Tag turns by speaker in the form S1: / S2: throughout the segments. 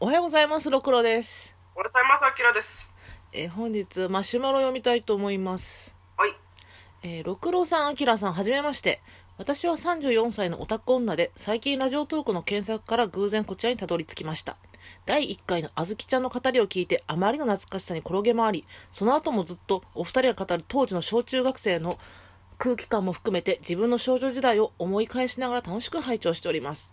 S1: おはようございます、ろくろです。
S2: おはようございます、あきらです。
S1: えー本日、マシュマロを読みたいと思います。
S2: はい。
S1: えー、ろくろさん、あきらさん、はじめまして。私は34歳のオタク女で、最近ラジオトークの検索から偶然こちらにたどり着きました。第1回のあずきちゃんの語りを聞いて、あまりの懐かしさに転げ回り、その後もずっとお二人が語る当時の小中学生の空気感も含めて自分の少女時代を思い返しながら楽しく拝聴しております。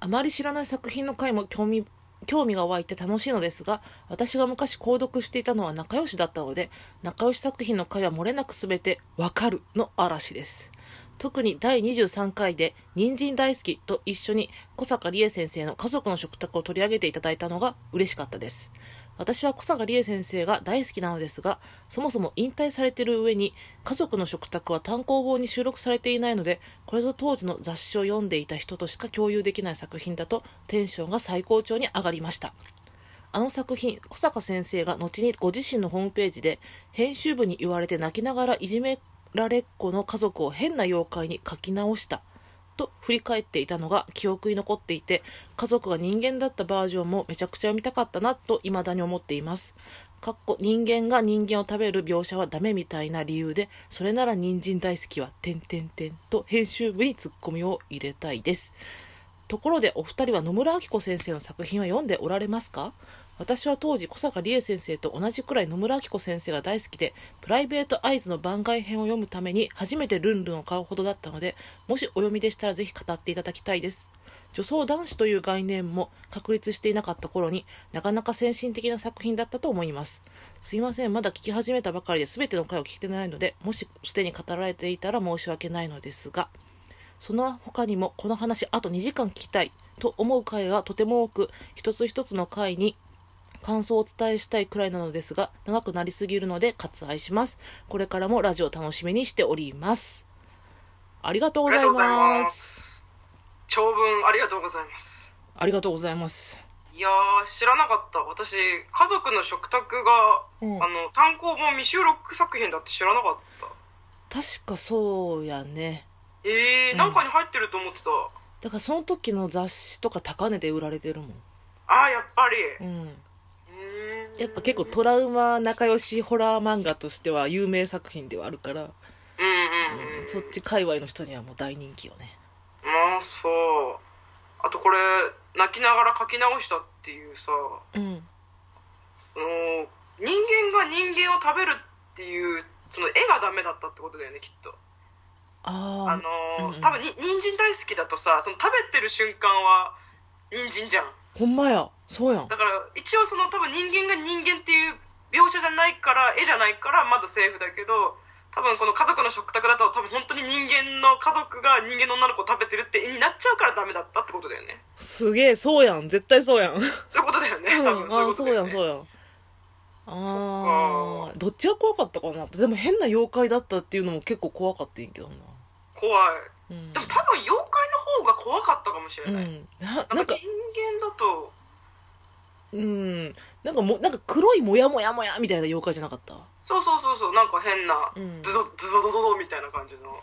S1: あまり知らない作品の回も興味興味が湧いて楽しいのですが私が昔購読していたのは仲良しだったので仲良し作品の回は漏れなく全て「わかる」の嵐です特に第23回で「人参大好き」と一緒に小坂理恵先生の「家族の食卓」を取り上げていただいたのが嬉しかったです私は小坂理恵先生が大好きなのですがそもそも引退されている上に「家族の食卓」は単行本に収録されていないのでこれぞ当時の雑誌を読んでいた人としか共有できない作品だとテンションが最高潮に上がりましたあの作品小坂先生が後にご自身のホームページで編集部に言われて泣きながらいじめられっ子の家族を変な妖怪に書き直したと振り返っていたのが記憶に残っていて家族が人間だったバージョンもめちゃくちゃ読みたかったなと未だに思っていますかっこ人間が人間を食べる描写はダメみたいな理由でそれなら人参大好きは点点点と編集部にツッコミを入れたいですところでお二人は野村明子先生の作品は読んでおられますか私は当時小坂理恵先生と同じくらい野村明子先生が大好きでプライベートアイズの番外編を読むために初めてルンルンを買うほどだったのでもしお読みでしたらぜひ語っていただきたいです女装男子という概念も確立していなかった頃になかなか先進的な作品だったと思いますすいませんまだ聞き始めたばかりで全ての回を聞けてないのでもしすでに語られていたら申し訳ないのですがその他にもこの話あと2時間聞きたいと思う回がとても多く一つ一つの回に感想をお伝えしたいくらいなのですが長くなりすぎるので割愛しますこれからもラジオ楽しみにしておりますありがとう
S2: あ
S1: ご
S2: り
S1: ざ
S2: が
S1: い
S2: とうござい
S1: ま
S2: ますす。長文ありがとうございます。
S1: ありがとうございます
S2: いやー、知らなかった。私、家族の食卓が、
S1: うん
S2: あの、単行本未収録作品だって知らなかった。
S1: 確かそうやね
S2: えー、
S1: うん
S2: なんかに入ってると思ってた。
S1: だからその時の雑誌とか高値で売られてるもん、
S2: あー、やっぱり。
S1: うん、
S2: うーん
S1: やっぱ結構トラウマ仲良しホラー漫画としては有名作品ではあるから、
S2: うんうんう。
S1: うんん、そっち界隈の人にはもう大人気よね
S2: まあ、そう。あとこれ、泣きながら書き直したっていうさ、
S1: うん
S2: その人間が人間を食べるっていうその絵がダメだったってことだよねきっとあ
S1: ああ
S2: のー、
S1: うんうん
S2: 多分に人参大好きだとさその食べてる瞬間は人参じゃん
S1: ほんまやそうやん
S2: だから一応その多分人間が人間っていう描写じゃないから絵じゃないからまだセーフだけど多分この家族の食卓だと多分本当に人間の家族が人間の女の子を食べてるって絵になっちゃうからダメだったってことだよね
S1: すげえそうやん絶対そうやん、うん、
S2: そういうことだよね多分そ
S1: あ
S2: ういうこ
S1: あ
S2: と
S1: そ
S2: だ
S1: うや
S2: よ
S1: ん
S2: ね
S1: そうやんああどっちが怖かったかなでも変な妖怪だったっていうのも結構怖かったんやけどな
S2: 怖
S1: う
S2: い
S1: ん
S2: でも多分妖怪の方が怖かったかもしれ
S1: う
S2: ない、
S1: ん、な
S2: な
S1: なんんか
S2: か人間だと
S1: うんなんかもなんか黒いモヤモヤモヤみたいな妖怪じゃなかった
S2: そうそうそうそうなんか変な
S1: うん
S2: ズゾズゾゾゾゾみたいな感じの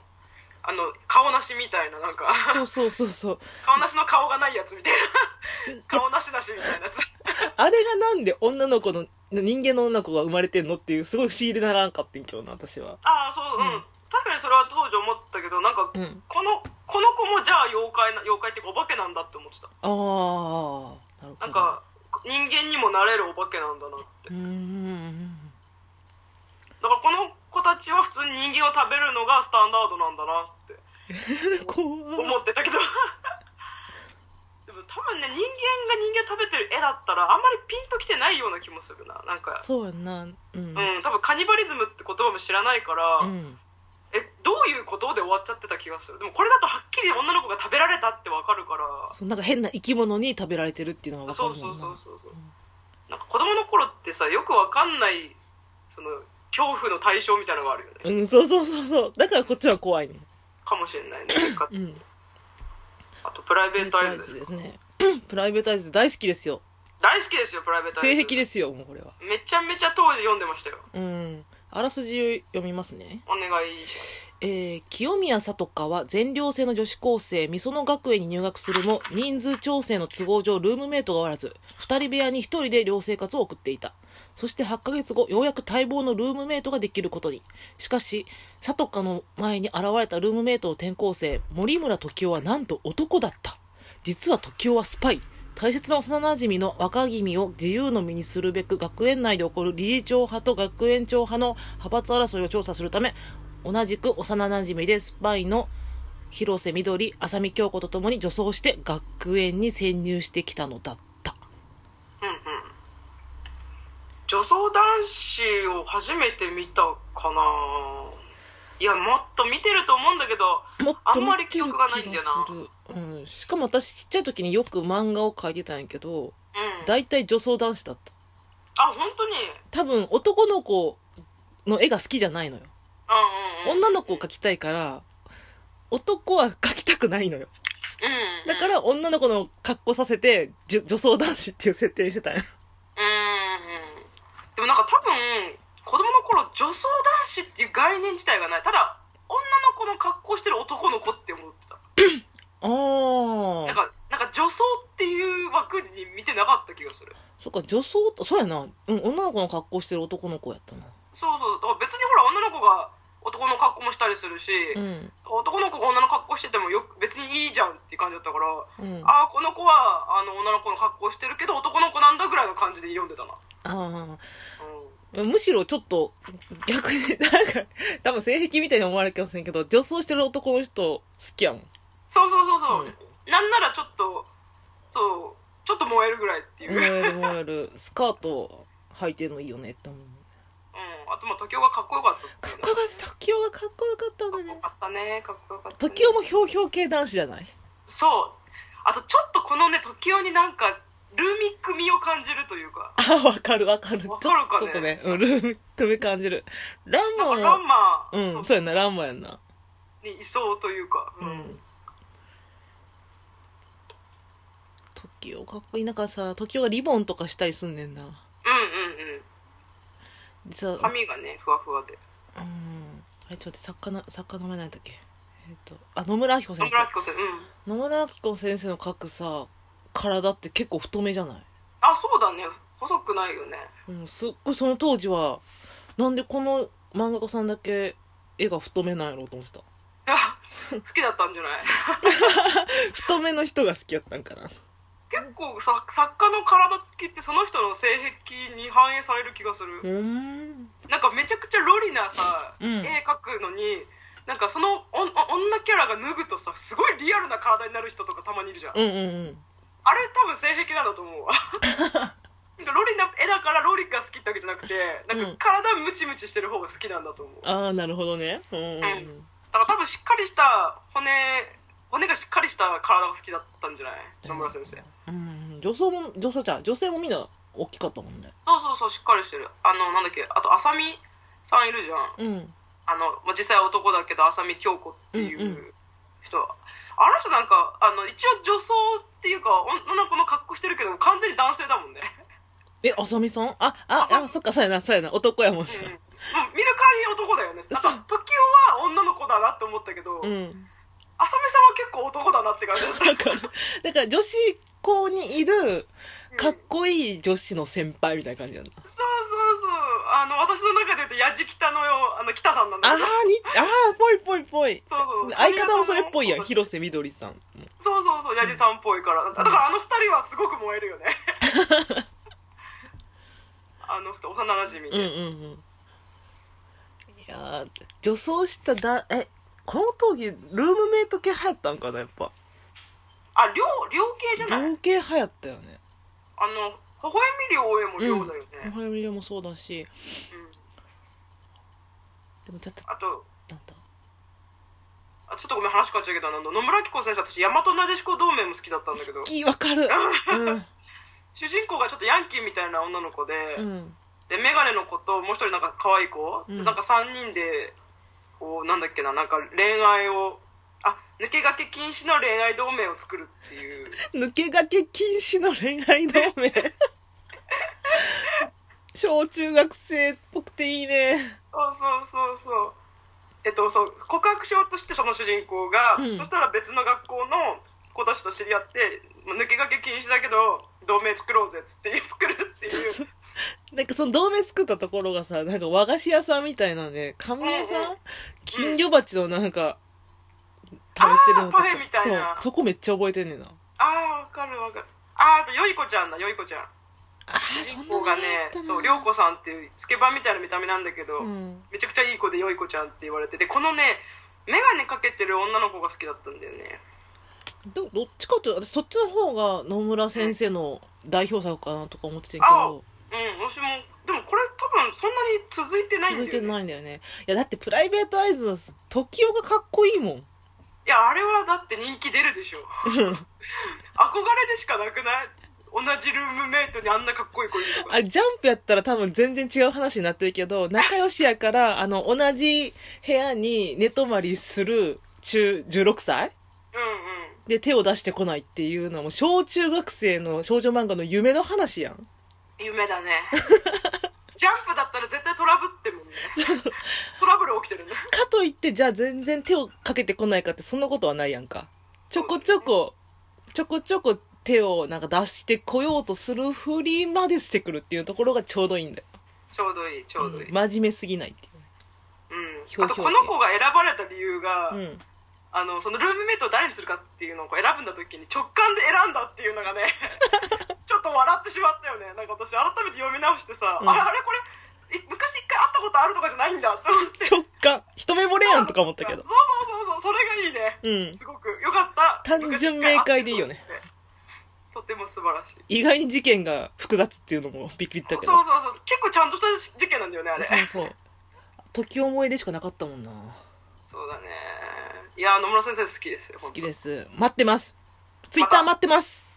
S2: あの顔なしみたいななんか
S1: そうそうそうそう
S2: 顔なしの顔がないやつみたいな顔なしなしみたいなやつ
S1: あれがなんで女の子の人間の女の子が生まれてんのっていうすごい不思議でならんかってんけどな私は
S2: ああそううん、
S1: うん
S2: 確かにそれは当時思ったけどなんか
S1: うん
S2: このこの子もじゃあ妖怪な妖怪っていうかお化けなんだって思ってた
S1: ああなるほど
S2: なんか人間にもなれるお化けなんだなって
S1: うーん
S2: だからこの子たちは普通に人間を食べるのがスタンダードなんだなって
S1: 怖い
S2: 思ってたけどでも多分ね人間が人間食べてる絵だったらあんまりピンときてないような気もするななんか
S1: そうやんなうん
S2: うん多分カニバリズムって言葉も知らないから、
S1: うん
S2: えどういうことで終わっちゃってた気がするでもこれだとはっきり女の子が食べられたってわかるから
S1: そうなんか変な生き物に食べられてるっていうのが
S2: そ
S1: 分
S2: う
S1: かるも
S2: そうんそう
S1: な
S2: そうそう
S1: うん
S2: なんか子供の頃ってさよくわかんないその恐怖の対象みたいなのがあるよね
S1: うんそうそうそうそうだからこっちは怖いね
S2: かもしれないねなんか
S1: うん
S2: あとプライベートアイズ
S1: で
S2: ですす
S1: ねプライベートアイズ大好きですよ
S2: 大好きですよプライベートアイ
S1: 性
S2: ズ
S1: 癖ですよもうこれは
S2: めちゃめちゃ当時読んでましたよ
S1: うんあらすじを読みますね。
S2: お願いします
S1: えー清宮さとかは全寮制の女子高生美園学園に入学するも人数調整の都合上ルームメイトがおらず2人部屋に1人で寮生活を送っていたそして8ヶ月後ようやく待望のルームメイトができることにしかしさとかの前に現れたルームメイトの転校生森村時夫はなんと男だった実は時夫はスパイ大切な幼馴染の若君を自由の身にするべく学園内で起こる理事長派と学園長派の派閥争いを調査するため同じく幼馴染でスパイの広瀬みどり浅見京子と共に女装して学園に潜入してきたのだった
S2: うんうん女装男子を初めて見たかないやもっと見てると思うんだけど
S1: もっ
S2: あ
S1: と
S2: ん
S1: 見
S2: ま
S1: てる
S2: り
S1: 気
S2: 記
S1: が
S2: 憶がないんだよな
S1: する、うん、しかも私ちっちゃい時によく漫画を描いてたんやけど
S2: うん
S1: 大体女装男子だった
S2: あ本当に
S1: 多分男の子の絵が好きじゃないのよ
S2: うんうんうん
S1: 女の子を描きたいから男は描きたくないのよ
S2: うんうん
S1: だから女の子の格好させてじゅ女装男子っていう設定にしてたんや
S2: うーんでもなんか多分子供の頃女装男子っていう概念自体がないただ女の子の格好してる男の子って思ってた
S1: ああ
S2: なんかなんか女装っていう枠に見てなかった気がする
S1: そっか女装とそうやな、うん、女の子の格好してる男の子やったな
S2: そうそうだから別にほら女の子が男の格好もしたりするし、
S1: うん
S2: 男の子が女の格好しててもよく別にいいじゃんっていう感じだったから、
S1: うんあ
S2: ああこの子はあの女の子の格好してるけど男の子なんだぐらいの感じで読んでたな、
S1: あ
S2: うん
S1: ーむしろちょっと逆になんか多分性癖みたいに思われてませんけど女装してる男の人好きやもん
S2: そうそうそうそう、
S1: うん
S2: なんならちょっとそうちょっと燃えるぐらいっていう、
S1: 燃 える燃えるスカート履いてるのいいよねって思う
S2: うん、あとまあ時雄がかっこよかった
S1: か
S2: ってい
S1: っ
S2: う
S1: こよかった時代がかっこよかったんだ
S2: の
S1: ね
S2: かっこよかったねかっこよかった、ね、
S1: 時代もひょうひょう系男子じゃない
S2: そうあとちょっとこのね時雄になんかルミック味を感じるというか
S1: ああわかるわかる
S2: わかるかね
S1: ちょっとねうんルーム飛び感じるラン
S2: なん
S1: マ
S2: かラン
S1: も
S2: マ
S1: うん
S2: そ
S1: そううやなランマやんな
S2: にいそうというか、うん
S1: 時代かっこいいなんかさ時代がリボンとかしたりすんねんな
S2: うんうんうん
S1: でさうん
S2: 髪がねふわふわで
S1: あれちょっと待って作家な作家の名前なんだっけえっ、とあ野村明子
S2: 野
S1: 先
S2: 村
S1: 生
S2: 明子先生うん
S1: 野村明子先生の描くさ体って結構太めじゃない
S2: あそうだね細くないよね
S1: うん、すっごいその当時はなんでこの漫画家さんだけ絵が太めなんやろうと思ってた
S2: いや好きだったんじゃない
S1: 太めの人が好きやったんかな
S2: 結構さ作家の体つきってその人の性癖に反映される気がする、
S1: うん
S2: なんかめちゃくちゃロリなさ、
S1: うん
S2: 絵描くのになんかそのおんお女キャラが脱ぐとさすごいリアルな体になる人とかたまにいるじゃん、
S1: うんうん
S2: あれ多分性癖なんだと思 うわなんかロリな絵だからロリが好きってわけじゃなくてなんか体ムチムチしてる方が好きなんだと思うだか
S1: ああなるほどねうん
S2: んら多分しっかりした骨骨がしっかりした体が好きだったんじゃない野村先生
S1: うん女装も女装じゃん女性もみんな大きかったもんね
S2: そうそうそうしっかりしてるあのなんだっけあと浅見さんいるじゃん
S1: うん
S2: あの、まあ、実際は男だけど浅見京子っていう
S1: うんう
S2: 人、あの人なんかあの一応女装っていうか女の子の格好してるけど完全に男性だもんね、
S1: えあさみさんあああそっかそうやなそうやな男やもんね
S2: うん、もう見るからに男だよねなん
S1: そう
S2: か時代は女の子だなって思ったけど、
S1: うん
S2: 浅見さんは結構男だなって感じだった
S1: だからだから女子校にいるかっ
S2: うん
S1: こいい女子の先輩みたいな感じやな
S2: そうそうそうあの私の中で言うと矢地北のよあの北さんなん
S1: あ
S2: だ
S1: ー
S2: け
S1: に
S2: ど
S1: あーぽいぽいぽい
S2: そうそう
S1: 相方もそれっぽいやん
S2: そう
S1: 広瀬みどりさん
S2: そうそうそう矢地さんっぽいからだからあの二人はすごく燃えるよ ねあの二人幼なじみ
S1: うんうん
S2: で、
S1: うんいやー女装しただえこの当時ルームメイト系流行ったんかなやっぱ
S2: あ両両系じゃない
S1: 両系流行ったよね
S2: あの微笑み量応援も量だよ
S1: お
S2: ね、
S1: はようみりもそうだし
S2: うん
S1: でもちょっと
S2: あと
S1: なんだ
S2: あちょっとごめん話変わっちゃうけどあの野村紀子先生私大和なでしこ同盟も好きだったんだけど
S1: 好きわかるうん
S2: 主人公がちょっとヤンキーみたいな女の子で、
S1: うん
S2: で眼鏡の子ともう一人なんか可愛い子、
S1: うん
S2: でなんか3人でこうなんだっけななんか恋愛をあ抜け駆け禁止の恋愛同盟を作るって いう
S1: 抜け駆け禁止の恋愛同盟し小中学生っぽくていいね。
S2: そうそうそうそう。えっと、そう告白しようとしてその主人公が、
S1: うん
S2: そしたら別の学校の子たちと知り合ってまあ抜け駆け禁止だけど同盟作ろうぜっつって作るってい う
S1: そうそうなんかその同盟作ったところがさ、なんか和菓子屋さんみたいなね、甘名
S2: うん
S1: さ
S2: うん
S1: ん金魚鉢のなんか、食べてるのと
S2: あーパフェみたいな
S1: そう、そこめっちゃ覚えてんねんな。
S2: ああわかるわかるあーあとよい子ちゃんだよい子ちゃん
S1: ああ、
S2: 主
S1: そ
S2: 人
S1: んな
S2: 公
S1: の
S2: がね
S1: あったな
S2: そう涼子さんっていうスケバンみたいな見た目なんだけど、
S1: うん。
S2: めちゃくちゃいい子でよい子ちゃんって言われててこのね眼鏡かけてる女の子が好きだったんだよね
S1: どどっちかというと私そっちの方が野村先生の代表作かなとか思ってたけ
S2: あ
S1: ど
S2: うん私もでもこれ多分そんなに続いてないんだ
S1: 続
S2: よ、
S1: い
S2: ね、
S1: てないんだよねいやだってプライベートアイズは時代がかっこいいもん
S2: いやあれはだって人気出るでしょ憧れでしかなくない同じルームメイトにあんなかっこいい子いると
S1: あ
S2: か
S1: れジャンプやったら多分全然違う話になってるけど仲良しやからあの同じ部屋に寝泊まりする中16歳
S2: うんうん
S1: で手を出してこないっていうのはもう小中学生の少女漫画の夢の話やん
S2: 夢だねジャンプだったら絶対トラブって るもんねトラブル起きてるね
S1: かといってじゃあ全然手をかけてこないかってそんなことはないやんかちょこちょこちょこちょこ手をなんか出してこようとするふりまでしてくるっていうところがちょうどいいんだよ、
S2: ちょうどいいちょうどいい、うん
S1: 真面目すぎないっていうひょう
S2: あと
S1: ひょう
S2: この子が選ばれた理由が、
S1: うん、
S2: あのそのルームメイトを誰にするかっていうのをこう選ぶんだ時に直感で選んだっていうのが ねちょっと笑ってしまったよねなんか私改めて読み直してさ、
S1: うん
S2: あれあれこれい昔一回会ったことあるとかじゃないんだって思って
S1: 直感一目惚れやんとか思ったけど
S2: そうそうそうそうそれがいいね
S1: うん
S2: すごくよかった
S1: 単純明快でいいよね
S2: とても素晴らしい
S1: 意外に事件が複雑っていうのもびっくりだけど
S2: そうそうそう結構ちゃんとした事件なんだよねあれ
S1: そうそう時思いでしかなかったもんな
S2: そうだねいや野村先生好きですよ
S1: 好き
S2: す
S1: です待ってますツイッター待ってます